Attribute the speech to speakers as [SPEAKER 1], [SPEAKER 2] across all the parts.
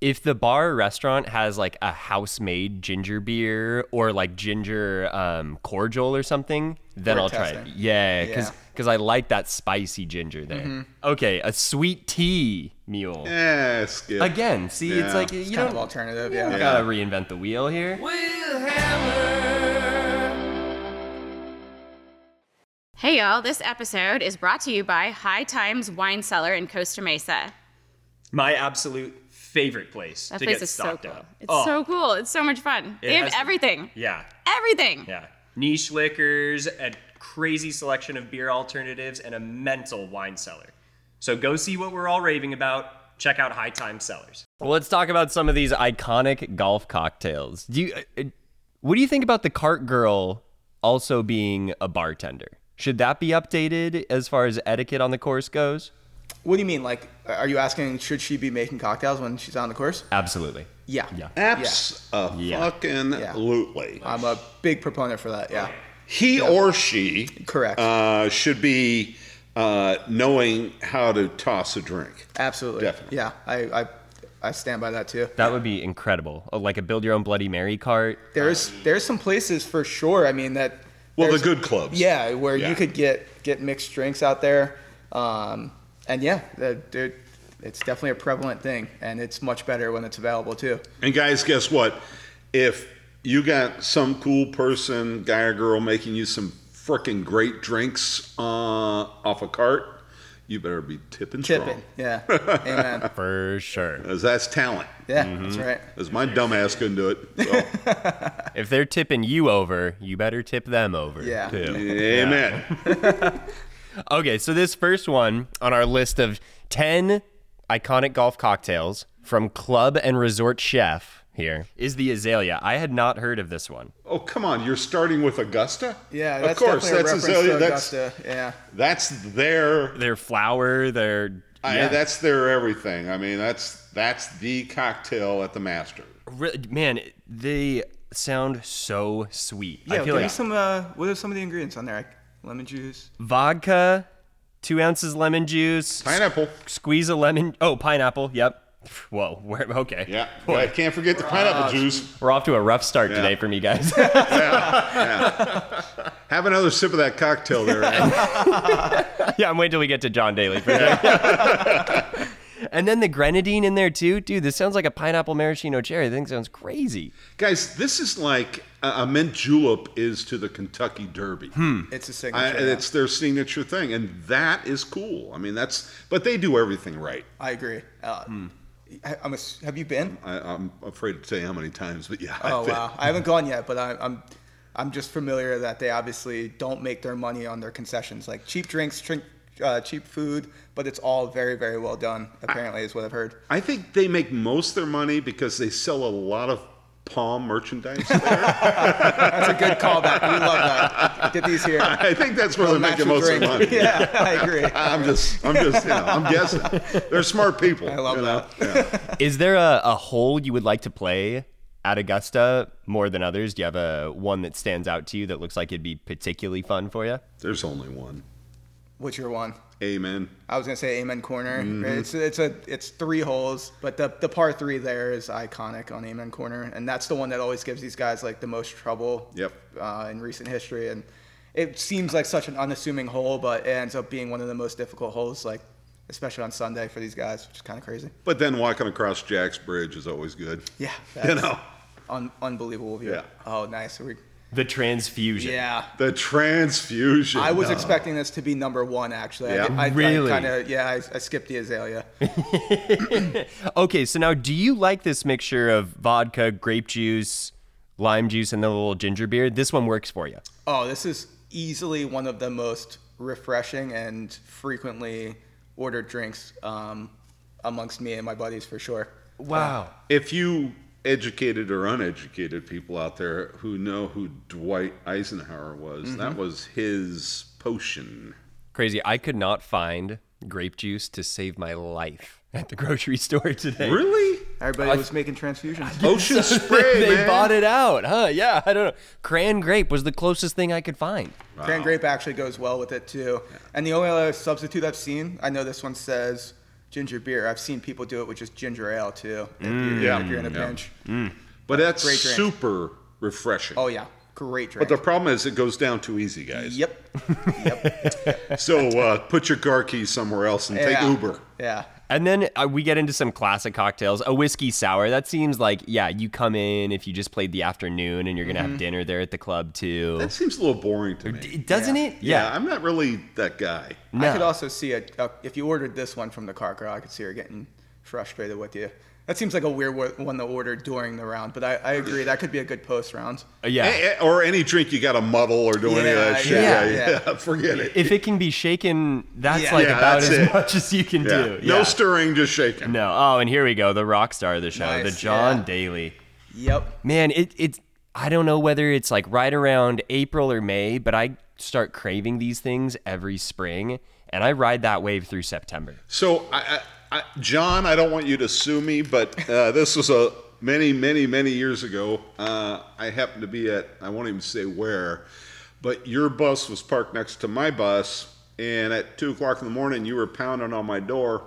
[SPEAKER 1] if the bar or restaurant has like a house made ginger beer or like ginger um, cordial or something, then
[SPEAKER 2] Worth
[SPEAKER 1] I'll try it.
[SPEAKER 2] testing.
[SPEAKER 1] Yeah, because
[SPEAKER 2] Yeah. Mm-hmm.
[SPEAKER 1] I like that spicy ginger there. Okay, a sweet tea mule.
[SPEAKER 3] Eh, skip.
[SPEAKER 1] Again, see, it's
[SPEAKER 3] Yeah.
[SPEAKER 1] like you
[SPEAKER 2] It's kind
[SPEAKER 1] don't
[SPEAKER 2] of alternative, yeah.
[SPEAKER 1] I gotta reinvent the wheel here.
[SPEAKER 4] Hey y'all, this episode is brought to you by High Times Wine Cellar in Costa Mesa.
[SPEAKER 5] My absolute favorite place
[SPEAKER 4] That
[SPEAKER 5] to
[SPEAKER 4] place
[SPEAKER 5] get
[SPEAKER 4] is so
[SPEAKER 5] stocked
[SPEAKER 4] cool.
[SPEAKER 5] up.
[SPEAKER 4] It's
[SPEAKER 5] Oh,
[SPEAKER 4] so cool. It's so much fun.
[SPEAKER 5] it
[SPEAKER 4] they have
[SPEAKER 5] has to-
[SPEAKER 4] everything.
[SPEAKER 5] Yeah,
[SPEAKER 4] Everything.
[SPEAKER 5] yeah. Niche liquors, a crazy selection of beer alternatives, and a mental wine cellar. So go see what we're all raving about. Check out High Time Cellars.
[SPEAKER 1] Well, let's talk about some of these iconic golf cocktails. Do you, uh, uh, what do you think about the cart girl also being a bartender? Should that be updated as far as etiquette on the course goes?
[SPEAKER 2] What do you mean? Like, are you asking should she be making cocktails when she's on the course?
[SPEAKER 1] Absolutely.
[SPEAKER 2] Yeah.
[SPEAKER 1] Yeah.
[SPEAKER 3] Abs fucking absolutely.
[SPEAKER 2] I'm a big proponent for that. Yeah.
[SPEAKER 3] He or she,
[SPEAKER 2] Correct.
[SPEAKER 3] uh, should be uh, knowing how to toss a drink.
[SPEAKER 2] Absolutely.
[SPEAKER 3] Definitely.
[SPEAKER 2] Yeah. I, I, I stand by that too.
[SPEAKER 1] That would be incredible. Oh, like a build your own Bloody Mary cart.
[SPEAKER 2] There's there's some places for sure. I mean that.
[SPEAKER 3] Well, the
[SPEAKER 2] there's-
[SPEAKER 3] good clubs.
[SPEAKER 2] Yeah, where
[SPEAKER 3] Yeah.
[SPEAKER 2] you could get get mixed drinks out there, um, and yeah, the, the- it's definitely a prevalent thing, and it's much better when it's available too.
[SPEAKER 3] And guys, guess what? If you got some cool person, guy or girl, making you some freaking great drinks uh, off a cart, you better be tipping
[SPEAKER 2] Tipping.
[SPEAKER 3] strong.
[SPEAKER 2] Yeah. Amen.
[SPEAKER 1] For sure.
[SPEAKER 3] 'Cause that's talent.
[SPEAKER 2] Yeah, that's
[SPEAKER 3] Mm-hmm.
[SPEAKER 2] right.
[SPEAKER 3] Because my dumb ass couldn't do it. So,
[SPEAKER 1] If they're tipping you over, you better tip them over.
[SPEAKER 2] Yeah.
[SPEAKER 1] too.
[SPEAKER 3] amen.
[SPEAKER 1] Okay, so this first one on our list of 10 iconic golf cocktails from club and resort chef here is the Azalea. I had not heard of this one.
[SPEAKER 3] Oh, come on. You're starting with Augusta?
[SPEAKER 2] Yeah, that's
[SPEAKER 3] of course.
[SPEAKER 2] definitely
[SPEAKER 3] That's
[SPEAKER 2] a reference
[SPEAKER 3] Azalea.
[SPEAKER 2] to
[SPEAKER 3] That's,
[SPEAKER 2] Augusta. yeah.
[SPEAKER 3] that's their
[SPEAKER 1] Their flower, their
[SPEAKER 3] I, that's their everything. I mean, that's that's the cocktail at the Masters.
[SPEAKER 1] Re- man, they sound so sweet.
[SPEAKER 2] Yeah,
[SPEAKER 1] I
[SPEAKER 2] give
[SPEAKER 1] feel
[SPEAKER 2] me
[SPEAKER 1] like
[SPEAKER 2] some. Uh, what are some of the ingredients on there? Like lemon juice.
[SPEAKER 3] Mm.
[SPEAKER 1] vodka, 2 ounces lemon juice,
[SPEAKER 3] Pineapple.
[SPEAKER 1] squeeze a lemon, oh, pineapple, yep. Whoa, where, okay.
[SPEAKER 3] Yeah. I can't forget the
[SPEAKER 2] Ah,
[SPEAKER 3] pineapple juice.
[SPEAKER 1] We're off to a rough start today for me guys.
[SPEAKER 3] Have another sip of that cocktail there. Adam.
[SPEAKER 1] yeah, I'm waiting till we get to John Daly for that. and then the grenadine in there too, dude. This sounds like a pineapple maraschino cherry. That thing sounds crazy.
[SPEAKER 3] Guys, this is like a, a mint julep is to the Kentucky Derby.
[SPEAKER 2] It's a
[SPEAKER 3] I,
[SPEAKER 2] signature.
[SPEAKER 3] and it's their signature thing, and that is cool. I mean, that's but they do everything right.
[SPEAKER 2] I agree. Uh, I, I'm. A, have you been?
[SPEAKER 3] Mm. I, I'm afraid to say how many times, but yeah. I
[SPEAKER 2] Oh
[SPEAKER 3] think-
[SPEAKER 2] wow, I haven't gone yet, but I, I'm I'm just familiar that they obviously don't make their money on their concessions, like cheap drinks, drink, uh, cheap food, but it's all very very well done. Apparently, is what I've heard.
[SPEAKER 3] I think they make most of their money because they sell a lot of palm merchandise there.
[SPEAKER 2] That's a good callback. We love that. Get these here.
[SPEAKER 3] I think that's where they
[SPEAKER 2] Match
[SPEAKER 3] make the
[SPEAKER 2] your
[SPEAKER 3] most of
[SPEAKER 2] drink.
[SPEAKER 3] their money.
[SPEAKER 2] yeah, I agree.
[SPEAKER 3] I'm just, I'm just, you know, I'm guessing. They're smart people. I
[SPEAKER 2] love
[SPEAKER 3] you know? Yeah.
[SPEAKER 1] Is there a, a hole you would like to play at Augusta more than others? Do you have a one that stands out to you that looks like it'd be particularly fun for you?
[SPEAKER 3] There's only one.
[SPEAKER 2] What's your one?
[SPEAKER 3] Amen.
[SPEAKER 2] I was gonna say Amen Corner.
[SPEAKER 3] Mm-hmm.
[SPEAKER 2] It's it's a it's three holes, but the the par three there is iconic on Amen Corner, and that's the one that always gives these guys like the most trouble.
[SPEAKER 3] Yep.
[SPEAKER 2] Uh, in recent history, and it seems like such an unassuming hole, but it ends up being one of the most difficult holes, like especially on Sunday for these guys, which is kind of crazy.
[SPEAKER 3] But then walking across Jack's Bridge is always good.
[SPEAKER 2] Yeah.
[SPEAKER 3] You know,
[SPEAKER 2] Un- unbelievable view.
[SPEAKER 3] Yeah.
[SPEAKER 2] Oh, nice. We,
[SPEAKER 1] The transfusion.
[SPEAKER 2] yeah.
[SPEAKER 3] the transfusion.
[SPEAKER 2] I was
[SPEAKER 3] No.
[SPEAKER 2] expecting this to be number one, actually.
[SPEAKER 3] Yeah.
[SPEAKER 2] I, I,
[SPEAKER 1] Really?
[SPEAKER 2] I kind of, yeah, I, I skipped the azalea.
[SPEAKER 1] Okay, so now do you like this mixture of vodka, grape juice, lime juice, and the little ginger beer? This one works for you.
[SPEAKER 2] Oh, this is easily one of the most refreshing and frequently ordered drinks um, amongst me and my buddies for sure.
[SPEAKER 1] Wow.
[SPEAKER 3] If you educated or uneducated people out there who know who Dwight Eisenhower was, that
[SPEAKER 2] Mm-hmm.
[SPEAKER 3] was his potion.
[SPEAKER 1] Crazy. I could not find grape juice to save my life at the grocery store today.
[SPEAKER 3] Really?
[SPEAKER 2] Everybody was making transfusions.
[SPEAKER 3] Ocean spray,
[SPEAKER 1] they
[SPEAKER 3] man.
[SPEAKER 1] bought it out, huh? Yeah, I don't know. Cran grape was the closest thing I could find.
[SPEAKER 2] Cran grape actually goes well with it too. And the only other substitute I've seen, I know this one says ginger beer. I've seen people do it with just ginger ale too. If, you're,
[SPEAKER 3] Mm. yeah.
[SPEAKER 2] if you're in a
[SPEAKER 3] Yeah.
[SPEAKER 2] pinch.
[SPEAKER 3] But that's
[SPEAKER 2] Great drink.
[SPEAKER 3] super refreshing.
[SPEAKER 2] Oh yeah, great drink.
[SPEAKER 3] But the problem is, it goes down too easy, guys.
[SPEAKER 2] yep, yep.
[SPEAKER 3] So uh, put your car keys somewhere else and take
[SPEAKER 2] Yeah.
[SPEAKER 3] Uber.
[SPEAKER 2] Yeah,
[SPEAKER 1] And then uh, we get into some classic cocktails. A whiskey sour. That seems like yeah, you come in if you just played the afternoon and you're gonna
[SPEAKER 3] Mm-hmm.
[SPEAKER 1] have dinner there at the club too.
[SPEAKER 3] That seems a little boring to me.
[SPEAKER 1] D- Doesn't it?
[SPEAKER 3] yeah, I'm not really that guy.
[SPEAKER 2] I could
[SPEAKER 1] No.
[SPEAKER 2] also see a, a if you ordered this one from the car girl, I could see her getting frustrated with you. That seems like a weird wo- one to order during the round, but I, I agree that could be a good post round.
[SPEAKER 1] Uh, yeah.
[SPEAKER 3] Eh, eh, Or any drink you got to muddle or do any of
[SPEAKER 2] Yeah,
[SPEAKER 3] that shit.
[SPEAKER 2] yeah,
[SPEAKER 3] Yeah,
[SPEAKER 2] yeah.
[SPEAKER 3] yeah. Forget it.
[SPEAKER 1] if it can be shaken, that's
[SPEAKER 2] Yeah.
[SPEAKER 1] like
[SPEAKER 3] Yeah,
[SPEAKER 1] about
[SPEAKER 3] that's
[SPEAKER 1] as
[SPEAKER 3] it.
[SPEAKER 1] much as you can
[SPEAKER 3] Yeah.
[SPEAKER 1] do.
[SPEAKER 3] No
[SPEAKER 1] Yeah.
[SPEAKER 3] stirring, just shaking.
[SPEAKER 1] No. Oh, and here we go. The rock star of the show,
[SPEAKER 2] Nice,
[SPEAKER 1] the John
[SPEAKER 2] yeah.
[SPEAKER 1] Daly.
[SPEAKER 2] Yep.
[SPEAKER 1] Man, it it's I don't know whether it's like right around April or May, but I start craving these things every spring, and I ride that wave through September.
[SPEAKER 3] So, I, I, I, John, I don't want you to sue me, but uh, this was a many, many, many years ago. Uh, I happened to be at, I won't even say where, but your bus was parked next to my bus. And at 2 o'clock in the morning, you were pounding on my door.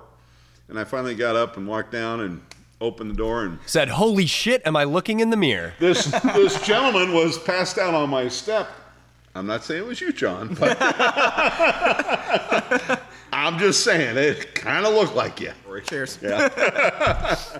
[SPEAKER 3] And I finally got up and walked down and opened the door and
[SPEAKER 1] Said, "Holy shit, am I looking in the mirror?"
[SPEAKER 3] this this gentleman was passed out on my step. I'm not saying it was you, John, but I'm just saying it kind of looked like you.
[SPEAKER 2] Cheers.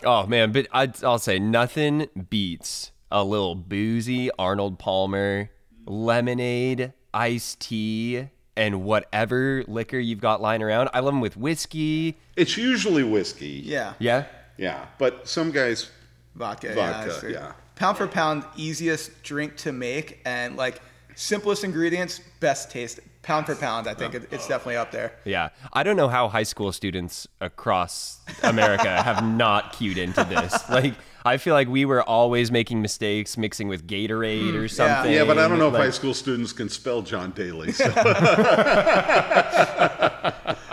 [SPEAKER 1] Oh man, but I, I'll say nothing beats a little boozy Arnold Palmer, lemonade, iced tea, and whatever liquor you've got lying around. I love them with whiskey.
[SPEAKER 3] It's usually whiskey.
[SPEAKER 2] Yeah.
[SPEAKER 1] Yeah,
[SPEAKER 3] Yeah, but some guys.
[SPEAKER 2] Vodka.
[SPEAKER 3] Vodka,
[SPEAKER 2] I see.
[SPEAKER 3] yeah.
[SPEAKER 2] Pound for pound, easiest drink to make and like simplest ingredients, best taste. Pound for pound, I think it, it's definitely up there.
[SPEAKER 1] yeah. I don't know how high school students across America have not cued into this. Like, I feel like we were always making mistakes mixing with Gatorade or something.
[SPEAKER 3] Hmm. Yeah, but I don't know if
[SPEAKER 1] Like,
[SPEAKER 3] high school students can spell John Daly. So.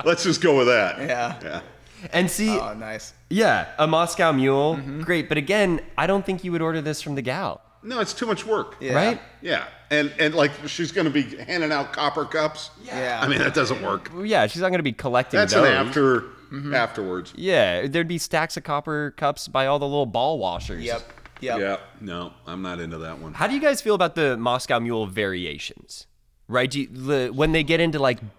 [SPEAKER 3] Let's just go with that.
[SPEAKER 2] Yeah.
[SPEAKER 3] Yeah.
[SPEAKER 1] And see,
[SPEAKER 2] Oh, nice.
[SPEAKER 1] yeah, a Moscow Mule,
[SPEAKER 3] Mm-hmm.
[SPEAKER 1] great. But again, I don't think you would order this from the gal,
[SPEAKER 3] No, it's too much work.
[SPEAKER 2] Yeah.
[SPEAKER 1] right?
[SPEAKER 3] Yeah. And and like she's going to be handing out copper cups.
[SPEAKER 2] Yeah.
[SPEAKER 3] I mean, that doesn't work.
[SPEAKER 1] Well, yeah, she's not going to be collecting
[SPEAKER 3] That's
[SPEAKER 1] those.
[SPEAKER 3] an after
[SPEAKER 2] Mm-hmm.
[SPEAKER 3] afterwards.
[SPEAKER 1] Yeah, there'd be stacks of copper cups by all the little ball washers.
[SPEAKER 2] Yep. Yep.
[SPEAKER 3] Yeah. No, I'm not into that one.
[SPEAKER 1] How do you guys feel about the Moscow Mule variations? Right? Do you, the, when they get into like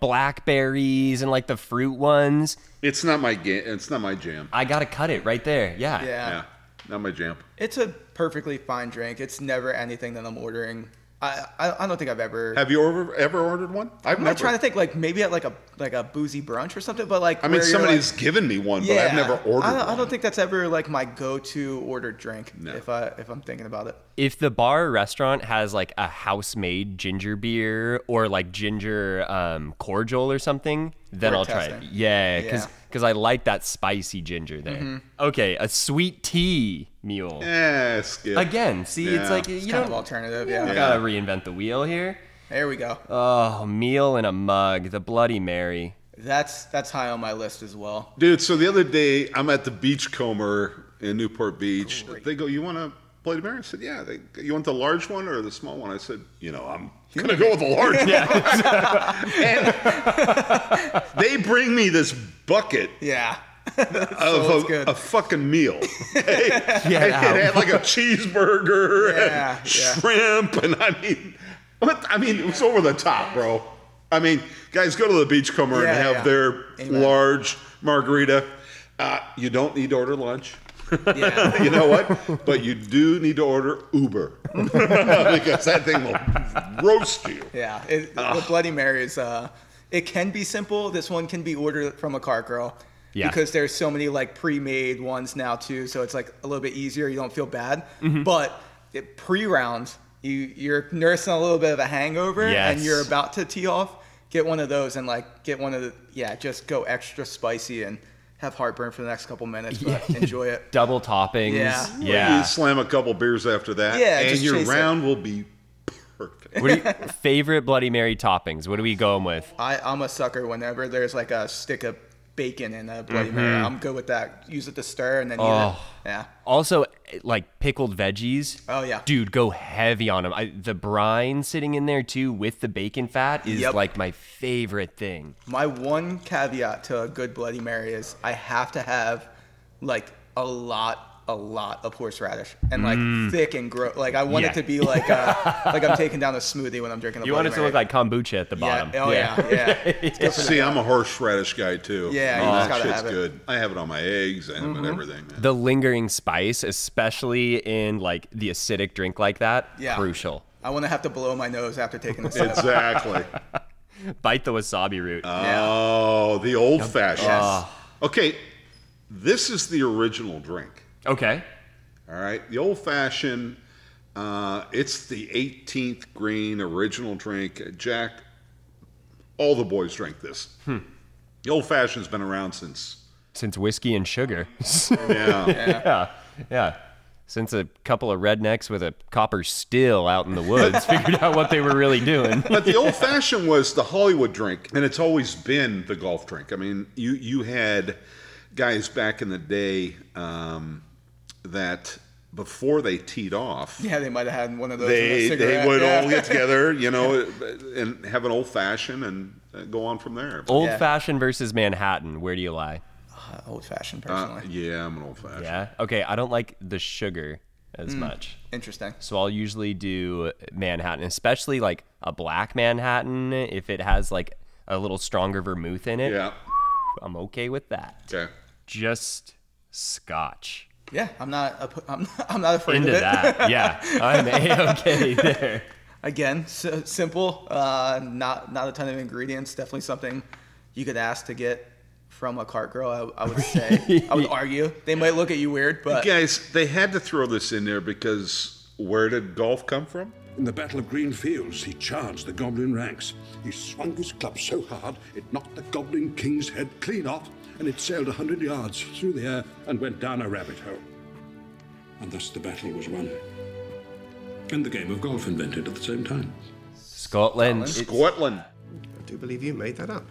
[SPEAKER 1] blackberries and like the fruit ones,
[SPEAKER 3] It's not my game. It's not my jam.
[SPEAKER 1] I gotta cut it right there. Yeah.
[SPEAKER 2] Yeah.
[SPEAKER 3] Yeah. Not my jam.
[SPEAKER 2] It's a perfectly fine drink. It's never anything that I'm ordering. I I, I don't think I've ever.
[SPEAKER 3] Have you ever ever ordered one? I've
[SPEAKER 2] I'm
[SPEAKER 3] never.
[SPEAKER 2] not trying to think like maybe at like a like a boozy brunch or something, but like
[SPEAKER 3] I mean,
[SPEAKER 2] where you're
[SPEAKER 3] somebody's
[SPEAKER 2] like-
[SPEAKER 3] given me one, but I've never ordered
[SPEAKER 2] I don't,
[SPEAKER 3] one.
[SPEAKER 2] I don't think that's ever like my go-to ordered drink.
[SPEAKER 3] No.
[SPEAKER 2] If I if I'm thinking about it.
[SPEAKER 1] If the bar or restaurant has like a house made ginger beer or like ginger um, cordial or something, then I'll try it.
[SPEAKER 2] testing.
[SPEAKER 1] Yeah, because
[SPEAKER 2] Yeah.
[SPEAKER 1] I like that spicy ginger there. Okay, a sweet tea mule.
[SPEAKER 3] Eh, skip.
[SPEAKER 1] Again, see, it's
[SPEAKER 3] Yeah.
[SPEAKER 1] like you
[SPEAKER 2] Kind
[SPEAKER 1] don't
[SPEAKER 2] of alternative.
[SPEAKER 1] You
[SPEAKER 2] Yeah.
[SPEAKER 1] don't gotta reinvent the wheel here.
[SPEAKER 2] There we go.
[SPEAKER 3] Uh,
[SPEAKER 1] Oh, meal in a mug, the Bloody Mary.
[SPEAKER 2] That's that's high on my list as well.
[SPEAKER 3] Dude, so the other day I'm at the Beachcomber in Newport Beach. They go, "You want to play the I said, "Yeah." They, go, you want the large one or the small one? I said, "You know, I'm gonna go with the large one." and they bring me this bucket
[SPEAKER 2] Yeah. it's
[SPEAKER 3] of a,
[SPEAKER 2] good.
[SPEAKER 3] a fucking meal. Okay? it
[SPEAKER 1] out.
[SPEAKER 3] had like a cheeseburger
[SPEAKER 2] Yeah,
[SPEAKER 3] and
[SPEAKER 2] yeah.
[SPEAKER 3] shrimp, and I mean, what, I mean, it was over the top, bro. I mean, guys, go to the Beachcomber
[SPEAKER 2] Yeah,
[SPEAKER 3] and have
[SPEAKER 2] yeah.
[SPEAKER 3] their
[SPEAKER 2] Amen.
[SPEAKER 3] large margarita. Uh, you don't need to order lunch.
[SPEAKER 2] yeah.
[SPEAKER 3] You know what? but you do need to order Uber because that thing will roast you.
[SPEAKER 2] Yeah, it, the Bloody Mary is. Uh, it can be simple. This one can be ordered from a car girl.
[SPEAKER 1] Yeah.
[SPEAKER 2] Because there's so many like pre-made ones now too, so it's like a little bit easier. You don't feel bad.
[SPEAKER 1] Mm-hmm.
[SPEAKER 2] But it, pre-round, you you're nursing a little bit of a hangover, and
[SPEAKER 1] Yes.
[SPEAKER 2] you're about to tee off. Get one of those and like get one of the yeah, just go extra spicy and have heartburn for the next couple minutes, but enjoy it.
[SPEAKER 1] Double toppings.
[SPEAKER 2] Yeah.
[SPEAKER 1] Yeah.
[SPEAKER 3] You slam a couple beers after that,
[SPEAKER 2] Yeah,
[SPEAKER 3] and
[SPEAKER 2] just
[SPEAKER 3] your
[SPEAKER 2] chase it.
[SPEAKER 3] round will be perfect.
[SPEAKER 1] What are you, favorite Bloody Mary toppings? What are we going with?
[SPEAKER 2] I, I'm a sucker whenever there's like a stick of bacon in a Bloody Mary. I'm good with that. Use it to stir and then eat
[SPEAKER 1] Mm-hmm. Oh.
[SPEAKER 2] it. Yeah.
[SPEAKER 1] Also, like pickled veggies.
[SPEAKER 2] Oh, yeah.
[SPEAKER 1] dude, go heavy on them. I, the brine sitting in there too with the bacon fat is
[SPEAKER 2] Yep.
[SPEAKER 1] like my favorite thing.
[SPEAKER 2] My one caveat to a good Bloody Mary is I have to have like a lot, a lot of horseradish and like thick and gross. Like I want
[SPEAKER 1] Mm. Yeah.
[SPEAKER 2] it to be like uh like I'm taking down a smoothie when I'm drinking. A
[SPEAKER 1] You
[SPEAKER 2] Bloody
[SPEAKER 1] want it to look
[SPEAKER 2] Mary.
[SPEAKER 1] like kombucha at the bottom.
[SPEAKER 2] Yeah. Oh yeah. Yeah.
[SPEAKER 3] See, I'm a horseradish guy too.
[SPEAKER 2] Yeah,
[SPEAKER 3] I
[SPEAKER 2] you
[SPEAKER 3] mean,
[SPEAKER 2] just
[SPEAKER 3] that
[SPEAKER 2] gotta
[SPEAKER 3] shit's
[SPEAKER 2] have it.
[SPEAKER 3] good. I have it on my eggs. I have it everything. Man.
[SPEAKER 1] The lingering spice, especially in like the acidic drink like that,
[SPEAKER 2] Yeah.
[SPEAKER 1] crucial.
[SPEAKER 2] I want to have to blow my nose after taking this. sip.
[SPEAKER 1] uh,
[SPEAKER 3] exactly.
[SPEAKER 1] Bite the wasabi root.
[SPEAKER 2] Yeah.
[SPEAKER 3] Oh, the old fashioned.
[SPEAKER 2] Yes.
[SPEAKER 3] Okay, this is the original drink.
[SPEAKER 1] okay.
[SPEAKER 3] All right, the old fashioned. Uh, it's the 18th green original drink. Jack, all the boys drink this.
[SPEAKER 2] Hmm.
[SPEAKER 3] The old fashioned's been around since.
[SPEAKER 1] Since whiskey and sugar.
[SPEAKER 3] Yeah.
[SPEAKER 1] yeah. Yeah. Since a couple of rednecks with a copper still out in the woods figured out what they were really doing.
[SPEAKER 3] but the old fashioned was the Hollywood drink, and it's always been the golf drink. I mean, you you had guys back in the day um, that before they teed off,
[SPEAKER 2] Yeah, they might have had one of those. with a
[SPEAKER 3] they they
[SPEAKER 2] cigarette.
[SPEAKER 3] would
[SPEAKER 2] Yeah.
[SPEAKER 3] all get together, you know, and have an old fashioned and uh, go on from there.
[SPEAKER 1] Old fashioned versus Manhattan. Where do you lie?
[SPEAKER 2] old fashioned
[SPEAKER 3] Uh,
[SPEAKER 2] personally.
[SPEAKER 3] yeah, I'm an old fashioned.
[SPEAKER 1] Yeah. Okay. I don't like the sugar as much.
[SPEAKER 2] Interesting.
[SPEAKER 1] So I'll usually do Manhattan, especially like a black Manhattan if it has like a little stronger vermouth in it.
[SPEAKER 3] Yeah.
[SPEAKER 1] I'm okay with that.
[SPEAKER 3] Okay.
[SPEAKER 1] Just scotch.
[SPEAKER 2] Yeah, I'm not. op- I'm not, I'm not afraid
[SPEAKER 1] Into
[SPEAKER 2] of it.
[SPEAKER 1] that. Yeah. I'm a okay there.
[SPEAKER 2] Again, si- simple. Uh, not not a ton of ingredients. Definitely something you could ask to get from a cart girl. I, I would say. I would argue they might look at you weird, but
[SPEAKER 3] Guys, they had to throw this in there because where did golf come from?
[SPEAKER 6] In the Battle of Green Fields, he charged the goblin ranks. He swung his club so hard it knocked the goblin king's head clean off, and it sailed a hundred yards through the air and went down a rabbit hole. And thus the battle was won. And the game of golf invented at the same time.
[SPEAKER 1] Scotland.
[SPEAKER 3] Scotland.
[SPEAKER 7] I do believe you made that up.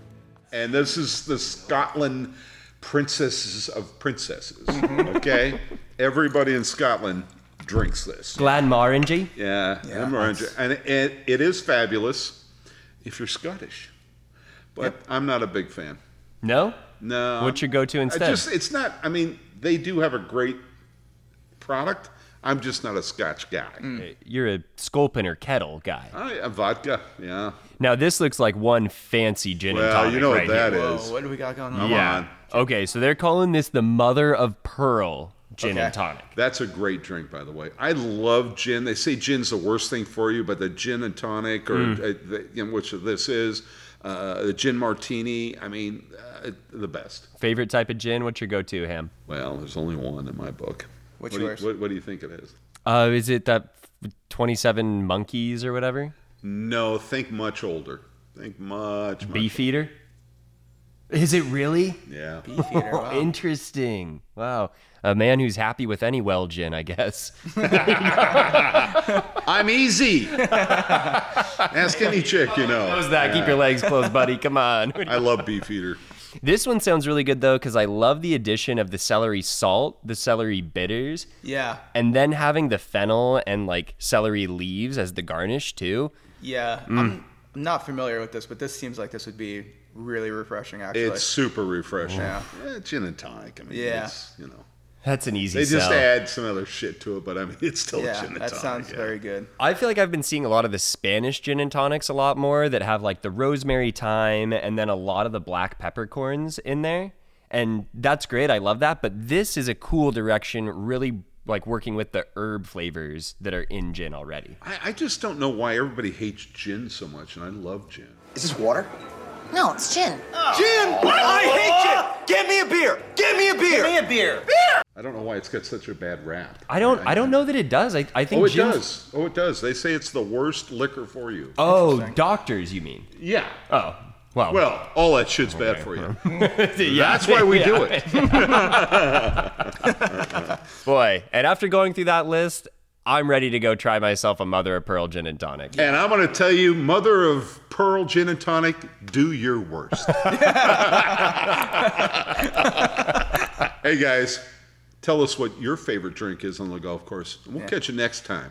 [SPEAKER 3] And this is the Scotland princesses of princesses.
[SPEAKER 1] Mm-hmm.
[SPEAKER 3] Okay? Everybody in Scotland drinks this.
[SPEAKER 1] Glenmorangie.
[SPEAKER 3] Yeah, I'm orange. And it, it is fabulous if you're Scottish. But I'm not a big fan.
[SPEAKER 1] No?
[SPEAKER 3] No.
[SPEAKER 1] What's your go-to
[SPEAKER 3] I
[SPEAKER 1] instead?
[SPEAKER 3] just it's not I mean, they do have a great product. I'm just not a Scotch guy.
[SPEAKER 1] Mm. You're a sculpin or kettle guy.
[SPEAKER 3] I, a vodka, yeah.
[SPEAKER 1] Now this looks like one fancy gin and
[SPEAKER 3] Well,
[SPEAKER 1] tonic.
[SPEAKER 3] you know
[SPEAKER 1] right
[SPEAKER 3] what that
[SPEAKER 1] here.
[SPEAKER 3] is.
[SPEAKER 2] whoa, what do we got going on?
[SPEAKER 3] Come
[SPEAKER 1] Yeah.
[SPEAKER 3] on.
[SPEAKER 1] Okay, so they're calling this the mother of pearl gin
[SPEAKER 2] Okay.
[SPEAKER 1] and tonic.
[SPEAKER 3] That's a great drink, by the way. I love gin. They say gin's the worst thing for you, but the gin and tonic, or
[SPEAKER 1] Mm.
[SPEAKER 3] uh, the, you know, which this is, uh, the gin martini. I mean, uh, the best.
[SPEAKER 1] Favorite type of gin? What's your go-to, Ham?
[SPEAKER 3] Well, there's only one in my book.
[SPEAKER 2] What's
[SPEAKER 3] what do you-
[SPEAKER 2] yours?
[SPEAKER 3] what, what do you think it is?
[SPEAKER 1] Uh, is it that f- 27 monkeys or whatever?
[SPEAKER 3] No, think much older. Think much. much
[SPEAKER 1] Beefeater? Is it really?
[SPEAKER 3] Yeah.
[SPEAKER 2] Theater, wow.
[SPEAKER 1] Interesting. Wow. A man who's happy with any well gin, I guess.
[SPEAKER 3] I'm easy. Ask any chick, you know.
[SPEAKER 1] How's that? Keep your legs closed, buddy. Come on.
[SPEAKER 3] I love Beefeater.
[SPEAKER 1] This one sounds really good though, because I love the addition of the celery salt, the celery bitters,
[SPEAKER 2] Yeah,
[SPEAKER 1] and then having the fennel and like celery leaves as the garnish too.
[SPEAKER 2] yeah.
[SPEAKER 3] Hmm.
[SPEAKER 2] I'm, I'm not familiar with this, but this seems like this would be really refreshing. Actually,
[SPEAKER 3] It's super refreshing.
[SPEAKER 2] Yeah.
[SPEAKER 3] Eh, gin and tonic. I mean,
[SPEAKER 2] Yeah.
[SPEAKER 3] it's, you know.
[SPEAKER 1] That's an easy
[SPEAKER 3] They just
[SPEAKER 1] sell.
[SPEAKER 3] add some other shit to it, but I mean, it's still
[SPEAKER 2] yeah,
[SPEAKER 3] gin and
[SPEAKER 2] that
[SPEAKER 3] tonic,
[SPEAKER 2] sounds
[SPEAKER 3] yeah.
[SPEAKER 2] very good.
[SPEAKER 1] I feel like I've been seeing a lot of the Spanish gin and tonics a lot more that have like the rosemary thyme and then a lot of the black peppercorns in there. And that's great. I love that. But this is a cool direction, really like working with the herb flavors that are in gin already.
[SPEAKER 3] I, I just don't know why everybody hates gin so much, and I love gin.
[SPEAKER 8] Is this water?
[SPEAKER 9] No, it's gin.
[SPEAKER 8] I hate you! Give me a beer! Give me a beer! Give me a beer!
[SPEAKER 3] I don't know why it's got such a bad rap.
[SPEAKER 1] I don't I don't know that it does. I, I think
[SPEAKER 3] Oh, it
[SPEAKER 1] gin's-
[SPEAKER 3] does. Oh, it does. They say it's the worst liquor for you.
[SPEAKER 1] Oh, doctors, you mean?
[SPEAKER 3] yeah.
[SPEAKER 1] Oh, well,
[SPEAKER 3] Well, all that shit's bad for you.
[SPEAKER 1] yeah.
[SPEAKER 3] That's why we do
[SPEAKER 1] Yeah.
[SPEAKER 3] it.
[SPEAKER 1] Boy, and after going through that list, I'm ready to go try myself a mother of pearl gin and tonic.
[SPEAKER 3] And I'm going to tell you, mother of pearl gin and tonic, do your worst. hey, guys, Tell us what your favorite drink is on the golf course. And we'll catch you next time.